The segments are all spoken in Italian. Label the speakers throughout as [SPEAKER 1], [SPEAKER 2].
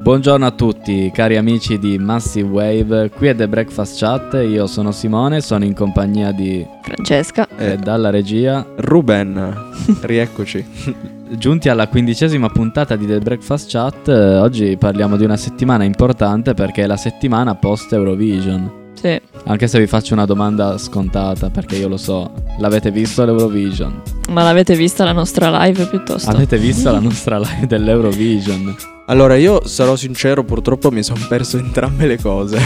[SPEAKER 1] Buongiorno a tutti, cari amici di Massive Wave, qui è The Breakfast Chat, io sono Simone, sono in compagnia di
[SPEAKER 2] Francesca.
[SPEAKER 1] e
[SPEAKER 3] Ecco.
[SPEAKER 1] dalla regia.
[SPEAKER 3] Eh, Ruben, rieccoci.
[SPEAKER 1] Giunti alla quindicesima puntata di The Breakfast Chat, eh, oggi parliamo di una settimana importante perché è la settimana post Eurovision.
[SPEAKER 2] Sì.
[SPEAKER 1] Anche se vi faccio una domanda scontata, perché io lo so, l'avete visto l'Eurovision?
[SPEAKER 2] Ma l'avete vista la nostra live piuttosto?
[SPEAKER 1] Avete visto la nostra live dell'Eurovision?
[SPEAKER 3] Allora, io sarò sincero, purtroppo mi sono perso entrambe le cose.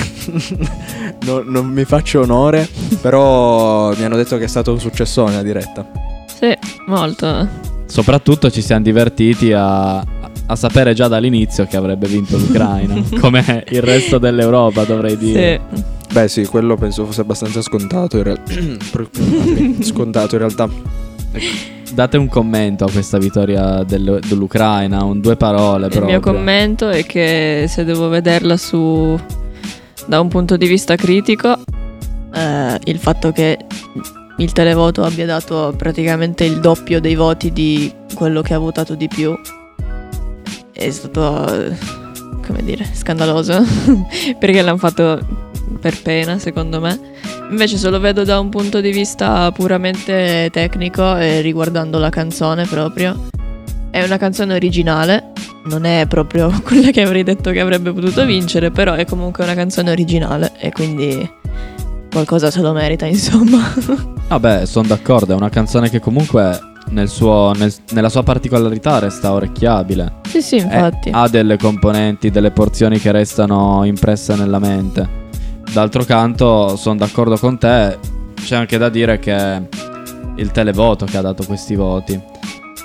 [SPEAKER 3] non, non mi faccio onore, però mi hanno detto che è stato un successone la diretta.
[SPEAKER 2] Sì, molto.
[SPEAKER 1] Soprattutto ci siamo divertiti a, a sapere già dall'inizio che avrebbe vinto l'Ucraina, come il resto dell'Europa dovrei dire.
[SPEAKER 2] Sì.
[SPEAKER 3] Beh, sì, quello penso fosse abbastanza scontato in realtà. scontato in realtà.
[SPEAKER 2] Mm.
[SPEAKER 1] Date un commento a questa vittoria del- dell'Ucraina, un due parole
[SPEAKER 2] Il
[SPEAKER 1] proprio.
[SPEAKER 2] mio commento è che se devo vederla su da un punto di vista critico, eh, il fatto che il televoto abbia dato praticamente il doppio dei voti di quello che ha votato di più è stato eh, come dire, scandaloso, perché l'hanno fatto per pena, secondo me. Invece se lo vedo da un punto di vista puramente tecnico e riguardando la canzone proprio, è una canzone originale, non è proprio quella che avrei detto che avrebbe potuto vincere, però è comunque una canzone originale e quindi qualcosa se lo merita, insomma.
[SPEAKER 1] Vabbè, sono d'accordo, è una canzone che comunque nel suo- nel- nella sua particolarità resta orecchiabile.
[SPEAKER 2] sì, sì,
[SPEAKER 1] Eh,
[SPEAKER 2] ah,
[SPEAKER 1] ha delle componenti, delle porzioni che restano impresse nella mente. D'altro canto, sono d'accordo con te, c'è anche da dire che il televoto che ha dato questi voti.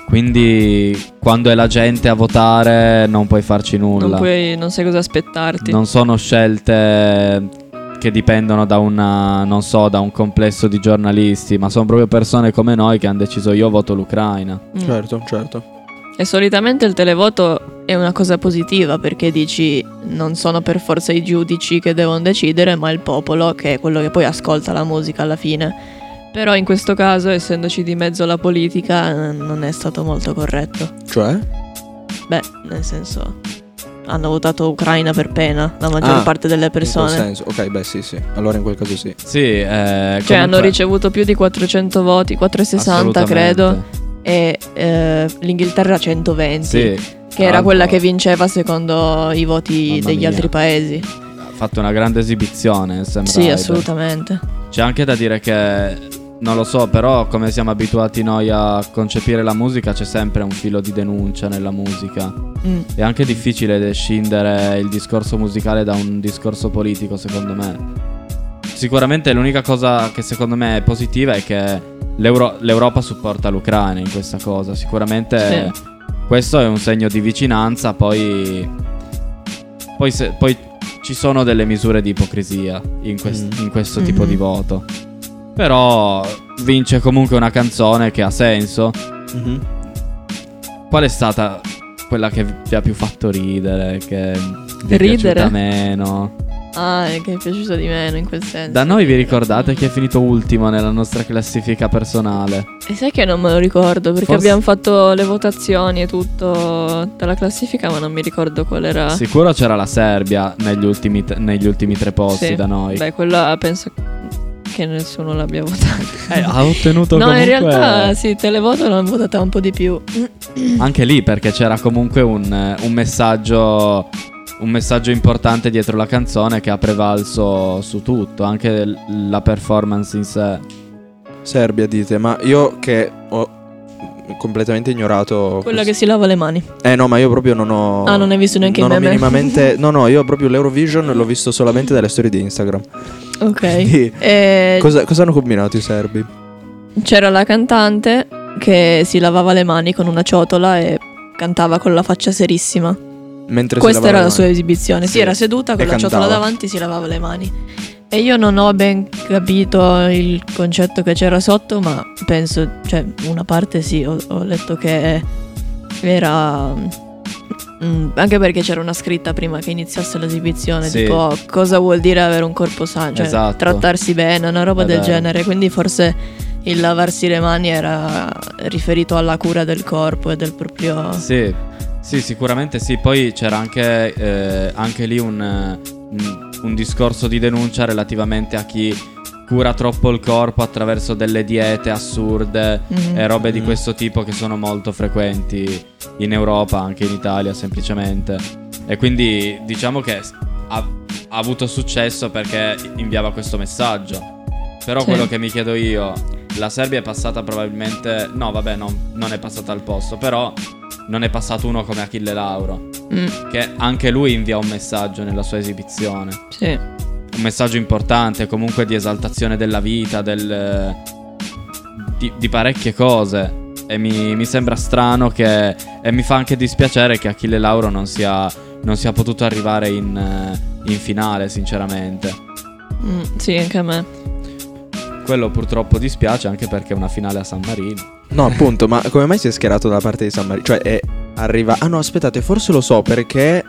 [SPEAKER 1] Quindi quando è la gente a votare non puoi farci nulla.
[SPEAKER 2] non, puoi, non sai cosa aspettarti.
[SPEAKER 1] Non sono scelte che dipendono da una, non so, da un complesso di giornalisti, ma sono proprio persone come noi che hanno deciso io voto l'Ucraina.
[SPEAKER 2] Mm.
[SPEAKER 3] Certo, certo.
[SPEAKER 2] E solitamente il televoto è una cosa positiva perché dici non sono per forza i giudici che devono decidere, ma il popolo che è quello che poi ascolta la musica alla fine. Però in questo caso, essendoci di mezzo la politica, eh, non è stato molto corretto.
[SPEAKER 3] Cioè?
[SPEAKER 2] Beh, nel senso, hanno votato Ucraina per pena la maggior
[SPEAKER 3] Ah,
[SPEAKER 2] parte delle
[SPEAKER 3] In
[SPEAKER 2] persone.
[SPEAKER 3] quel senso. Ok, beh, sì, sì. Allora in quel caso sì.
[SPEAKER 1] Sì, eh,
[SPEAKER 2] Cioè hanno
[SPEAKER 1] comunque-
[SPEAKER 2] ricevuto più di 400 voti, 460 credo,
[SPEAKER 1] assolutamente.
[SPEAKER 2] e eh, l'Inghilterra 120.
[SPEAKER 1] Sì,
[SPEAKER 2] Che era quella che vinceva secondo i voti
[SPEAKER 1] Mamma
[SPEAKER 2] degli
[SPEAKER 1] mia.
[SPEAKER 2] altri paesi.
[SPEAKER 1] ha fatto una grande esibizione. Sembra
[SPEAKER 2] Sì, assolutamente.
[SPEAKER 1] C'è anche da dire che non lo so, però, come siamo abituati noi a concepire la musica, c'è sempre un filo di denuncia nella musica.
[SPEAKER 2] Mm.
[SPEAKER 1] È anche difficile scindere il discorso musicale da un discorso politico, secondo me. Sicuramente l'unica cosa che secondo me è positiva è che l'Euro- l'Europa supporta l'Ucraina in questa cosa. Sicuramente questo è un segno di vicinanza, poi, poi, se- poi ci sono delle misure di ipocrisia in, quest-
[SPEAKER 3] Mm.
[SPEAKER 1] in questo tipo
[SPEAKER 2] Mhm.
[SPEAKER 1] di voto. Però vince comunque una canzone che ha senso.
[SPEAKER 2] Mm-hmm.
[SPEAKER 1] Qual è stata quella che vi ha più fatto ridere? Che vi è
[SPEAKER 2] Ridere?
[SPEAKER 1] piaciuta meno?
[SPEAKER 2] Ah, è che è piaciuto di meno in quel senso.
[SPEAKER 1] Da noi vi ricordate chi è finito ultimo nella nostra classifica personale?
[SPEAKER 2] E sai che non me lo ricordo perché
[SPEAKER 1] Forse-
[SPEAKER 2] abbiamo fatto le votazioni e tutto dalla classifica, ma non mi ricordo qual era.
[SPEAKER 1] Sicuro c'era la Serbia negli ultimi, t- negli ultimi tre posti
[SPEAKER 2] Sì.
[SPEAKER 1] da noi.
[SPEAKER 2] Beh, quella penso che nessuno l'abbia votata.
[SPEAKER 1] Eh,
[SPEAKER 3] ah,
[SPEAKER 1] ha ottenuto
[SPEAKER 2] No,
[SPEAKER 1] comunque
[SPEAKER 2] in realtà sì, televoto l'hanno votata un po' di più.
[SPEAKER 1] anche lì perché c'era comunque un, eh, un messaggio un messaggio importante dietro la canzone che ha prevalso su tutto, anche l- la performance in sé.
[SPEAKER 3] Serbia dite, ma io che ho completamente ignorato
[SPEAKER 2] Quella
[SPEAKER 3] questo-
[SPEAKER 2] che si lava le mani.
[SPEAKER 3] Eh no, ma io proprio non ho
[SPEAKER 2] Ah, non hai visto neanche i
[SPEAKER 3] Oh, non ho
[SPEAKER 2] meme?
[SPEAKER 3] minimamente No, no, io proprio l'Eurovision l'ho visto solamente dalle storie di Instagram.
[SPEAKER 2] Ok.
[SPEAKER 3] Quindi,
[SPEAKER 2] Eh,
[SPEAKER 3] Cosa, cosa hanno combinato i serbi?
[SPEAKER 2] C'era la cantante che si lavava le mani con una ciotola e cantava con la faccia serissima.
[SPEAKER 3] Mentre si
[SPEAKER 2] Questa
[SPEAKER 3] lavavano
[SPEAKER 2] era
[SPEAKER 3] le
[SPEAKER 2] la sua
[SPEAKER 3] mani.
[SPEAKER 2] esibizione. Si
[SPEAKER 3] Sì.
[SPEAKER 2] era seduta con
[SPEAKER 3] E
[SPEAKER 2] la ciotola
[SPEAKER 3] cantava.
[SPEAKER 2] davanti si lavava le mani. E io non ho ben capito il concetto che c'era sotto, ma penso, cioè, una parte sì, ho, ho letto che era. mm, anche perché c'era una scritta prima che iniziasse l'esibizione,
[SPEAKER 1] Sì.
[SPEAKER 2] tipo cosa vuol dire avere un corpo sano, cioè
[SPEAKER 1] Esatto.
[SPEAKER 2] trattarsi bene, una roba
[SPEAKER 1] È
[SPEAKER 2] del
[SPEAKER 1] vero.
[SPEAKER 2] genere. Quindi forse il lavarsi le mani era riferito alla cura del corpo e del proprio
[SPEAKER 1] Sì, Sì, sicuramente sì. Poi c'era anche, eh, anche lì un, eh, un- un discorso di denuncia relativamente a chi cura troppo il corpo attraverso delle diete assurde
[SPEAKER 2] Mhm.
[SPEAKER 1] e robe di
[SPEAKER 3] Mm.
[SPEAKER 1] questo tipo che sono molto frequenti in Europa, anche in Italia semplicemente. E quindi diciamo che s- ha, ha avuto successo perché inviava questo messaggio. Però
[SPEAKER 2] Sì.
[SPEAKER 1] quello che mi chiedo io, la Serbia è passata probabilmente... No, vabbè, no, non è passata al posto, però non è passato uno come Achille Lauro,
[SPEAKER 2] Mm,
[SPEAKER 1] che anche lui invia un messaggio nella sua esibizione
[SPEAKER 2] sì.
[SPEAKER 1] un messaggio importante comunque di esaltazione della vita, del, di, di parecchie cose. E mi, mi sembra strano che... E mi fa anche dispiacere che Achille Lauro non sia, non sia potuto arrivare in, eh, in finale, sinceramente.
[SPEAKER 2] Mm, sì, anche a me.
[SPEAKER 1] Quello purtroppo dispiace anche perché è una finale a San Marino.
[SPEAKER 3] No, appunto, ma come mai si è schierato dalla parte di San Marino? Cioè, è- arriva. Ah, no, aspettate, forse lo so perché.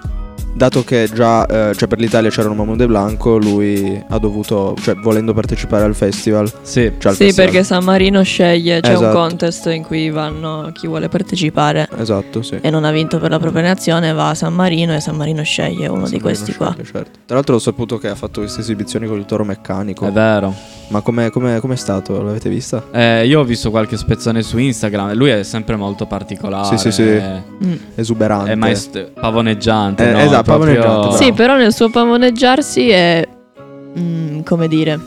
[SPEAKER 3] Dato che già eh, cioè per l'Italia c'era un Mamon De Blanco, lui ha dovuto, cioè volendo partecipare al festival.
[SPEAKER 1] Sì.
[SPEAKER 3] Cioè al
[SPEAKER 2] Sì,
[SPEAKER 3] festival.
[SPEAKER 2] perché San Marino sceglie, c'è un
[SPEAKER 3] Esatto.
[SPEAKER 2] contest in cui vanno chi vuole partecipare
[SPEAKER 3] Esatto, sì.
[SPEAKER 2] e non ha vinto per la propria nazione, va a San Marino e San Marino sceglie uno
[SPEAKER 3] San
[SPEAKER 2] di
[SPEAKER 3] Marino
[SPEAKER 2] questi qua.
[SPEAKER 3] sceglie, certo. Tra l'altro ho saputo che ha fatto queste esibizioni con il toro meccanico.
[SPEAKER 1] È vero.
[SPEAKER 3] Ma come è stato? L'avete vista?
[SPEAKER 1] Eh, io ho visto qualche spezzone su Instagram. Lui è sempre molto particolare.
[SPEAKER 3] Sì, sì, sì.
[SPEAKER 1] È,
[SPEAKER 2] Mm.
[SPEAKER 3] Esuberante.
[SPEAKER 1] è maest- pavoneggiante.
[SPEAKER 3] Eh,
[SPEAKER 1] no?
[SPEAKER 3] esatto,
[SPEAKER 1] È proprio-
[SPEAKER 3] pavoneggiante, bravo.
[SPEAKER 2] Sì, però nel suo pavoneggiarsi è, mm, come dire,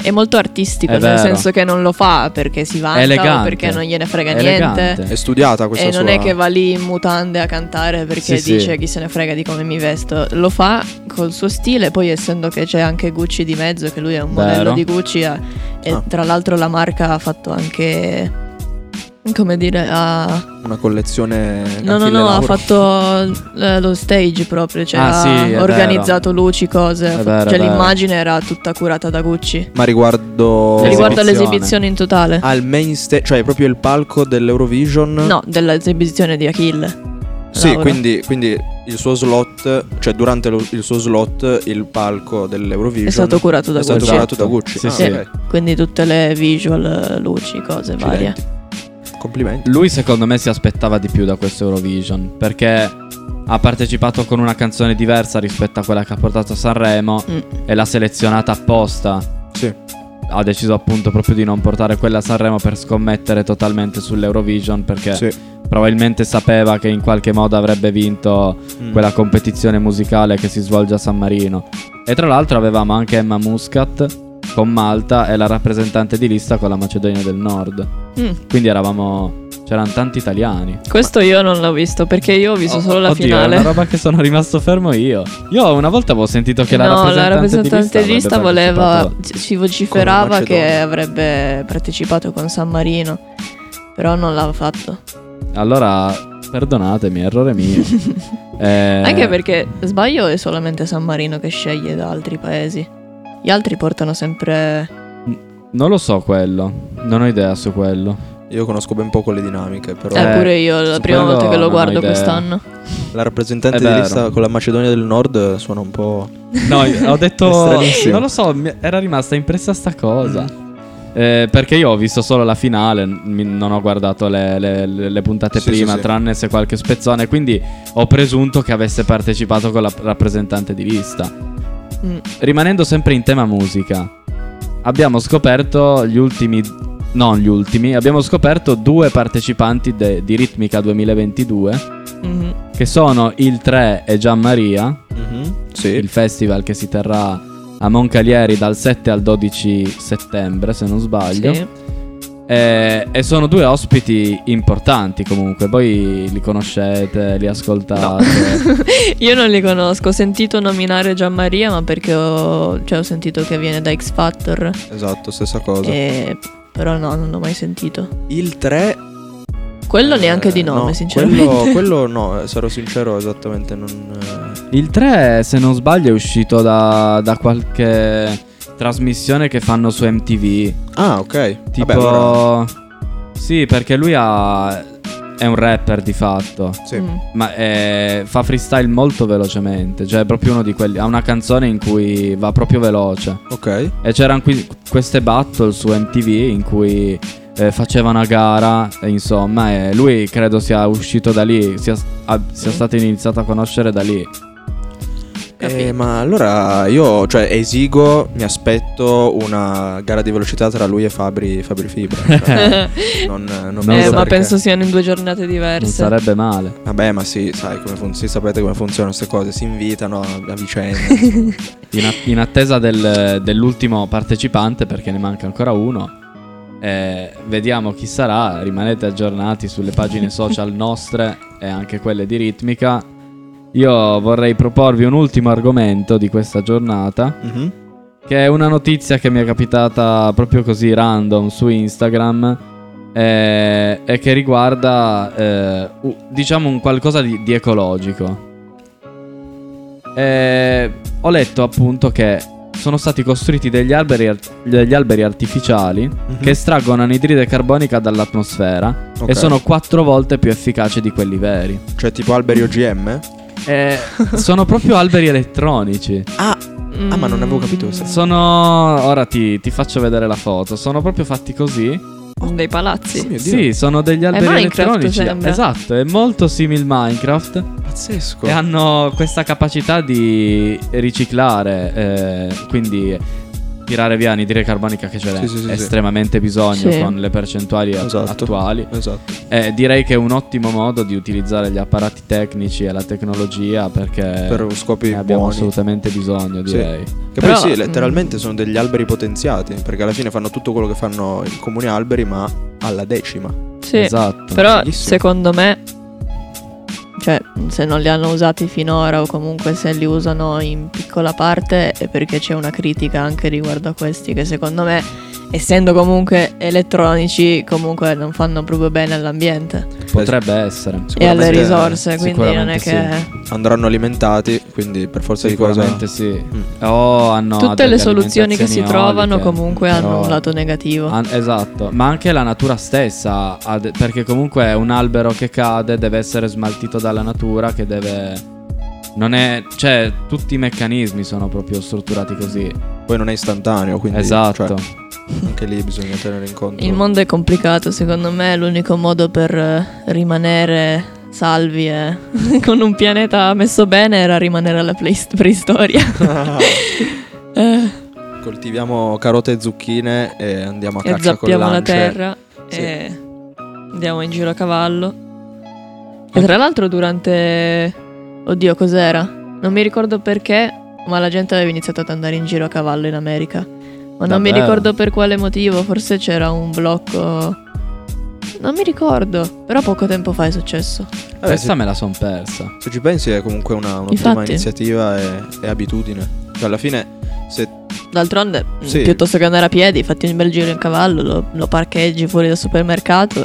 [SPEAKER 2] è molto artistico, cioè
[SPEAKER 1] È
[SPEAKER 2] nel
[SPEAKER 1] vero.
[SPEAKER 2] senso che non lo fa perché si vanta o
[SPEAKER 1] elegante.
[SPEAKER 2] perché non gliene frega
[SPEAKER 1] È
[SPEAKER 2] niente.
[SPEAKER 1] elegante.
[SPEAKER 3] È studiata questa
[SPEAKER 2] E Eh, non
[SPEAKER 3] sua-
[SPEAKER 2] è che va lì in mutande a cantare perché
[SPEAKER 1] Sì, sì.
[SPEAKER 2] dice chi se ne frega di come mi vesto. Lo fa col suo stile, poi essendo che c'è anche Gucci di mezzo, che lui è un
[SPEAKER 1] Vero.
[SPEAKER 2] modello di Gucci ha- e
[SPEAKER 3] Ah.
[SPEAKER 2] tra l'altro la marca ha fatto anche... Come dire, ha...
[SPEAKER 3] una collezione.
[SPEAKER 2] no, no,
[SPEAKER 3] Achille
[SPEAKER 2] no, ha
[SPEAKER 3] Lauro.
[SPEAKER 2] fatto eh, lo stage proprio, cioè
[SPEAKER 1] Ah,
[SPEAKER 2] ha
[SPEAKER 1] sì, è vero.
[SPEAKER 2] organizzato luci, cose, ha fatto-
[SPEAKER 1] vero, è
[SPEAKER 2] cioè
[SPEAKER 1] vero.
[SPEAKER 2] l'immagine era tutta curata da Gucci.
[SPEAKER 3] Ma riguardo.
[SPEAKER 1] L'esibizione.
[SPEAKER 2] Riguardo all'esibizione in totale,
[SPEAKER 1] Ah,
[SPEAKER 3] Al main stage, cioè proprio il palco dell'Eurovision.
[SPEAKER 2] no, dell'esibizione di Achille.
[SPEAKER 3] Sì,
[SPEAKER 2] Laura.
[SPEAKER 3] quindi, quindi il suo slot, cioè durante lo- il suo slot, il palco dell'Eurovision
[SPEAKER 2] È stato curato da
[SPEAKER 3] è stato
[SPEAKER 2] Gucci.
[SPEAKER 3] curato da Gucci.
[SPEAKER 1] Sì,
[SPEAKER 3] Ah,
[SPEAKER 1] sì.
[SPEAKER 3] ok.
[SPEAKER 2] Quindi tutte le visual, luci, cose varie.
[SPEAKER 3] Accidenti. Complimenti.
[SPEAKER 1] Lui secondo me si aspettava di più da questo Eurovision perché ha partecipato con una canzone diversa rispetto a quella che ha portato a Sanremo
[SPEAKER 2] Mm.
[SPEAKER 1] e l'ha selezionata apposta.
[SPEAKER 3] Sì.
[SPEAKER 1] Ha deciso appunto proprio di non portare quella a Sanremo per scommettere totalmente sull'Eurovision perché
[SPEAKER 3] sì.
[SPEAKER 1] probabilmente sapeva che in qualche modo avrebbe vinto
[SPEAKER 3] Mm.
[SPEAKER 1] quella competizione musicale che si svolge a San Marino. E tra l'altro avevamo anche Emma Muscat con Malta e la rappresentante di lista con la Macedonia del Nord.
[SPEAKER 2] Mm.
[SPEAKER 1] Quindi eravamo c'erano tanti italiani.
[SPEAKER 2] Questo io non l'ho visto perché io ho visto
[SPEAKER 1] Oh,
[SPEAKER 2] solo la
[SPEAKER 1] oddio,
[SPEAKER 2] finale.
[SPEAKER 1] È una roba che sono rimasto fermo io. Io una volta avevo sentito che la
[SPEAKER 2] no,
[SPEAKER 1] rappresentante,
[SPEAKER 2] la rappresentante
[SPEAKER 1] di lista, avrebbe
[SPEAKER 2] voleva,
[SPEAKER 1] partecipato.
[SPEAKER 2] si vociferava
[SPEAKER 3] Con la Macedonia.
[SPEAKER 2] che avrebbe partecipato con San Marino, però non l'ha fatto.
[SPEAKER 1] Allora, perdonatemi, errore mio. Eh,
[SPEAKER 2] Anche perché, sbaglio, è solamente San Marino che sceglie da altri paesi. Gli altri portano sempre...
[SPEAKER 1] non lo so quello. Non ho idea su quello.
[SPEAKER 3] Io conosco ben poco le dinamiche, però
[SPEAKER 1] Eh,
[SPEAKER 2] Eh, pure io, la
[SPEAKER 1] su
[SPEAKER 2] prima
[SPEAKER 1] quello
[SPEAKER 2] volta che
[SPEAKER 1] non
[SPEAKER 2] lo
[SPEAKER 1] ho
[SPEAKER 2] guardo
[SPEAKER 1] idea.
[SPEAKER 2] quest'anno.
[SPEAKER 3] la rappresentante
[SPEAKER 1] È
[SPEAKER 3] di
[SPEAKER 1] vero.
[SPEAKER 3] lista con la Macedonia del Nord suona un po'.
[SPEAKER 1] No, io- ho detto
[SPEAKER 3] È stranissimo.
[SPEAKER 1] Non lo so, mi era rimasta impressa sta cosa.
[SPEAKER 3] Mm.
[SPEAKER 1] Eh, perché io ho visto solo la finale, n- mi- non ho guardato le, le- le- le puntate
[SPEAKER 3] Sì,
[SPEAKER 1] prima,
[SPEAKER 3] sì, sì.
[SPEAKER 1] tranne se qualche spezzone, quindi ho presunto che avesse partecipato con la rappresentante di lista.
[SPEAKER 2] Mm.
[SPEAKER 1] Rimanendo sempre in tema musica, abbiamo scoperto gli ultimi, non gli ultimi, abbiamo scoperto due partecipanti de- di Ritmica 2022,
[SPEAKER 2] Mhm.
[SPEAKER 1] che sono il 3 e Gianmaria,
[SPEAKER 2] Mm-hmm.
[SPEAKER 3] Mhm, Sì.
[SPEAKER 1] il festival che si terrà a Moncalieri dal 7 al 12 settembre, se non sbaglio.
[SPEAKER 2] Sì.
[SPEAKER 1] E, e sono due ospiti importanti comunque, voi li conoscete, li ascoltate.
[SPEAKER 2] Io non li conosco, ho sentito nominare Gianmaria, ma perché ho, cioè, ho sentito che viene da X Factor,
[SPEAKER 3] Esatto, stessa cosa.
[SPEAKER 2] e- però no, non l'ho mai sentito.
[SPEAKER 3] Il 3
[SPEAKER 2] Quello neanche di nome, sinceramente.
[SPEAKER 3] Eh, Quello, quello no, eh, sarò sincero, esattamente non eh,
[SPEAKER 1] Il 3, se non sbaglio, è uscito da, da qualche trasmissione che fanno su MTV.
[SPEAKER 3] Ah, ok.
[SPEAKER 1] Tipo...
[SPEAKER 3] Vabbè, allora,
[SPEAKER 1] Sì, perché lui ha... è un rapper di fatto.
[SPEAKER 3] sì.
[SPEAKER 2] Mm.
[SPEAKER 1] Ma eh, fa freestyle molto velocemente. Cioè, è proprio uno di quelli. Ha una canzone in cui va proprio veloce.
[SPEAKER 3] Ok. Eh,
[SPEAKER 1] E c'erano qui- queste battle su MTV in cui eh, faceva una gara, e insomma, e lui credo sia uscito da lì, sia, a- sia stato iniziato a conoscere da lì.
[SPEAKER 3] Eh, ma allora io, cioè, esigo, mi aspetto una gara di velocità tra lui e Fabri, Fabri Fibra. cioè, non, non
[SPEAKER 1] Eh,
[SPEAKER 3] vedo
[SPEAKER 1] so
[SPEAKER 2] Eh, ma
[SPEAKER 3] perché.
[SPEAKER 2] penso siano in due giornate
[SPEAKER 1] Non
[SPEAKER 2] diverse.
[SPEAKER 1] sarebbe male.
[SPEAKER 3] Vabbè, ma sì, sai come funziona, sapete come funzionano queste cose, si invitano a, a vicenda.
[SPEAKER 1] In, a- in attesa del- dell'ultimo partecipante, perché ne manca ancora uno. eh, vediamo chi sarà. Rimanete aggiornati sulle pagine social nostre e anche quelle di Ritmica. Io vorrei proporvi un ultimo argomento di questa giornata.
[SPEAKER 3] Mhm.
[SPEAKER 1] Che è una notizia che mi è capitata proprio così random su Instagram eh, e che riguarda, eh, u- diciamo, un qualcosa di, di ecologico. Eh, ho letto appunto che sono stati costruiti degli alberi, ar- degli alberi artificiali
[SPEAKER 3] Mhm.
[SPEAKER 1] che estraggono anidride carbonica dall'atmosfera
[SPEAKER 3] Ok.
[SPEAKER 1] e sono quattro volte più efficaci di quelli veri.
[SPEAKER 3] Cioè, tipo alberi OGM?
[SPEAKER 1] Eh, sono proprio alberi elettronici.
[SPEAKER 3] Ah,
[SPEAKER 2] Mm.
[SPEAKER 3] ah, ma non avevo capito questo.
[SPEAKER 1] Sono. Ora ti, ti faccio vedere la foto. Sono proprio fatti così.
[SPEAKER 2] Dei palazzi.
[SPEAKER 3] Oh mio Dio,
[SPEAKER 1] Sì, sono degli alberi
[SPEAKER 2] Eh, Minecraft,
[SPEAKER 1] elettronici.
[SPEAKER 2] sembra.
[SPEAKER 1] Esatto, è molto simile Minecraft.
[SPEAKER 3] pazzesco.
[SPEAKER 1] E hanno questa capacità di riciclare. eh, quindi tirare via anidride carbonica che ce n'è
[SPEAKER 3] Sì, sì, sì, sì.
[SPEAKER 1] estremamente bisogno
[SPEAKER 2] Sì.
[SPEAKER 1] con le percentuali a-
[SPEAKER 3] Esatto.
[SPEAKER 1] attuali.
[SPEAKER 3] Esatto.
[SPEAKER 1] Eh, direi che è un ottimo modo di utilizzare gli apparati tecnici e la tecnologia perché
[SPEAKER 3] per scopi
[SPEAKER 1] ne abbiamo
[SPEAKER 3] buoni.
[SPEAKER 1] assolutamente bisogno,
[SPEAKER 3] Sì.
[SPEAKER 1] direi.
[SPEAKER 3] Che
[SPEAKER 2] Però-
[SPEAKER 3] poi sì, letteralmente sono degli alberi potenziati, perché alla fine fanno tutto quello che fanno i comuni alberi, ma alla decima.
[SPEAKER 2] Sì.
[SPEAKER 1] Esatto.
[SPEAKER 2] Però
[SPEAKER 3] Fighissimo.
[SPEAKER 2] secondo me, cioè, se non li hanno usati finora o comunque se li usano in piccola parte è perché c'è una critica anche riguardo a questi che secondo me, essendo comunque elettronici, comunque non fanno proprio bene all'ambiente
[SPEAKER 1] Potrebbe essere.
[SPEAKER 2] e alle
[SPEAKER 3] Sicuramente-
[SPEAKER 2] risorse, quindi non è
[SPEAKER 1] sicuramente
[SPEAKER 2] che...
[SPEAKER 3] Andranno alimentati, quindi per forza di cosa... Mm.
[SPEAKER 1] Sicuramente sì. O hanno
[SPEAKER 2] Tutte
[SPEAKER 1] delle
[SPEAKER 2] le soluzioni che si
[SPEAKER 1] alimentazioni
[SPEAKER 2] trovano
[SPEAKER 1] eoliche,
[SPEAKER 2] comunque hanno
[SPEAKER 1] però-
[SPEAKER 2] un lato negativo.
[SPEAKER 1] an- esatto, ma anche la natura stessa, ha de- perché comunque un albero che cade deve essere smaltito dalla natura, che deve... Non è... Cioè, tutti i meccanismi sono proprio strutturati così.
[SPEAKER 3] Poi non è istantaneo, quindi...
[SPEAKER 1] esatto.
[SPEAKER 3] cioè, anche lì bisogna tenere in conto...
[SPEAKER 2] Il mondo è complicato, secondo me è l'unico modo per eh, rimanere salvi e con un pianeta messo bene era rimanere alla pleis- preistoria. Eh,
[SPEAKER 3] Coltiviamo carote e zucchine e andiamo a
[SPEAKER 2] e
[SPEAKER 3] caccia con
[SPEAKER 2] zappiamo la
[SPEAKER 3] lance.
[SPEAKER 2] terra
[SPEAKER 3] Sì.
[SPEAKER 2] e andiamo in giro a cavallo. E tra l'altro durante... Oddio, cos'era? Non mi ricordo perché, ma la gente aveva iniziato ad andare in giro a cavallo in America. Ma non mi
[SPEAKER 1] Davvero?
[SPEAKER 2] ricordo per quale motivo, forse c'era un blocco... Non mi ricordo, però poco tempo fa è successo.
[SPEAKER 3] Vabbè,
[SPEAKER 1] Questa
[SPEAKER 3] Eh, se,
[SPEAKER 1] me la son persa.
[SPEAKER 3] se ci pensi è comunque una, un'ottima
[SPEAKER 2] Infatti.
[SPEAKER 3] iniziativa e, e abitudine. Cioè alla fine se
[SPEAKER 2] D'altronde, mm,
[SPEAKER 3] Sì.
[SPEAKER 2] piuttosto che andare a piedi, fatti un bel giro in cavallo, lo, lo parcheggi fuori dal supermercato.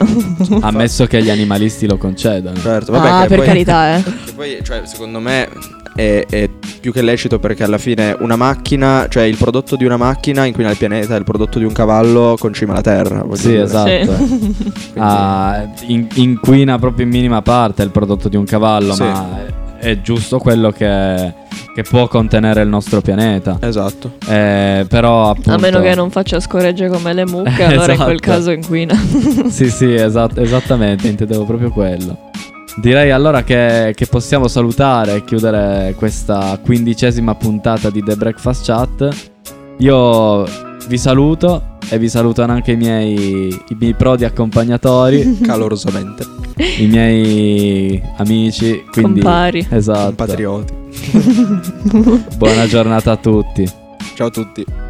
[SPEAKER 1] Ammesso che gli animalisti lo concedano.
[SPEAKER 3] certo, vabbè
[SPEAKER 2] ah,
[SPEAKER 3] che
[SPEAKER 2] per
[SPEAKER 3] poi,
[SPEAKER 2] carità, eh.
[SPEAKER 3] che poi, cioè, secondo me è, è più che lecito perché alla fine una macchina, cioè il prodotto di una macchina inquina il pianeta, il prodotto di un cavallo concima la terra. voglio
[SPEAKER 1] Sì,
[SPEAKER 3] dire.
[SPEAKER 1] esatto.
[SPEAKER 3] Quindi-
[SPEAKER 1] Ah, in- inquina proprio in minima parte il prodotto di un cavallo,
[SPEAKER 3] Sì.
[SPEAKER 1] ma è- è giusto quello che, che può contenere il nostro pianeta.
[SPEAKER 3] Esatto.
[SPEAKER 1] Eh, però appunto...
[SPEAKER 2] A meno che non faccia scoregge come le mucche, allora in quel
[SPEAKER 1] Esatto.
[SPEAKER 2] caso inquina.
[SPEAKER 1] Sì, sì, esat- esattamente, intendevo proprio quello. Direi allora che, che possiamo salutare e chiudere questa quindicesima puntata di The Breakfast Chat. Io vi saluto e vi salutano anche i miei, i miei prodi accompagnatori.
[SPEAKER 3] Calorosamente.
[SPEAKER 1] i miei amici, quindi
[SPEAKER 2] Compari.
[SPEAKER 1] esatto.
[SPEAKER 3] Compatrioti.
[SPEAKER 1] Buona giornata a tutti.
[SPEAKER 3] Ciao a tutti.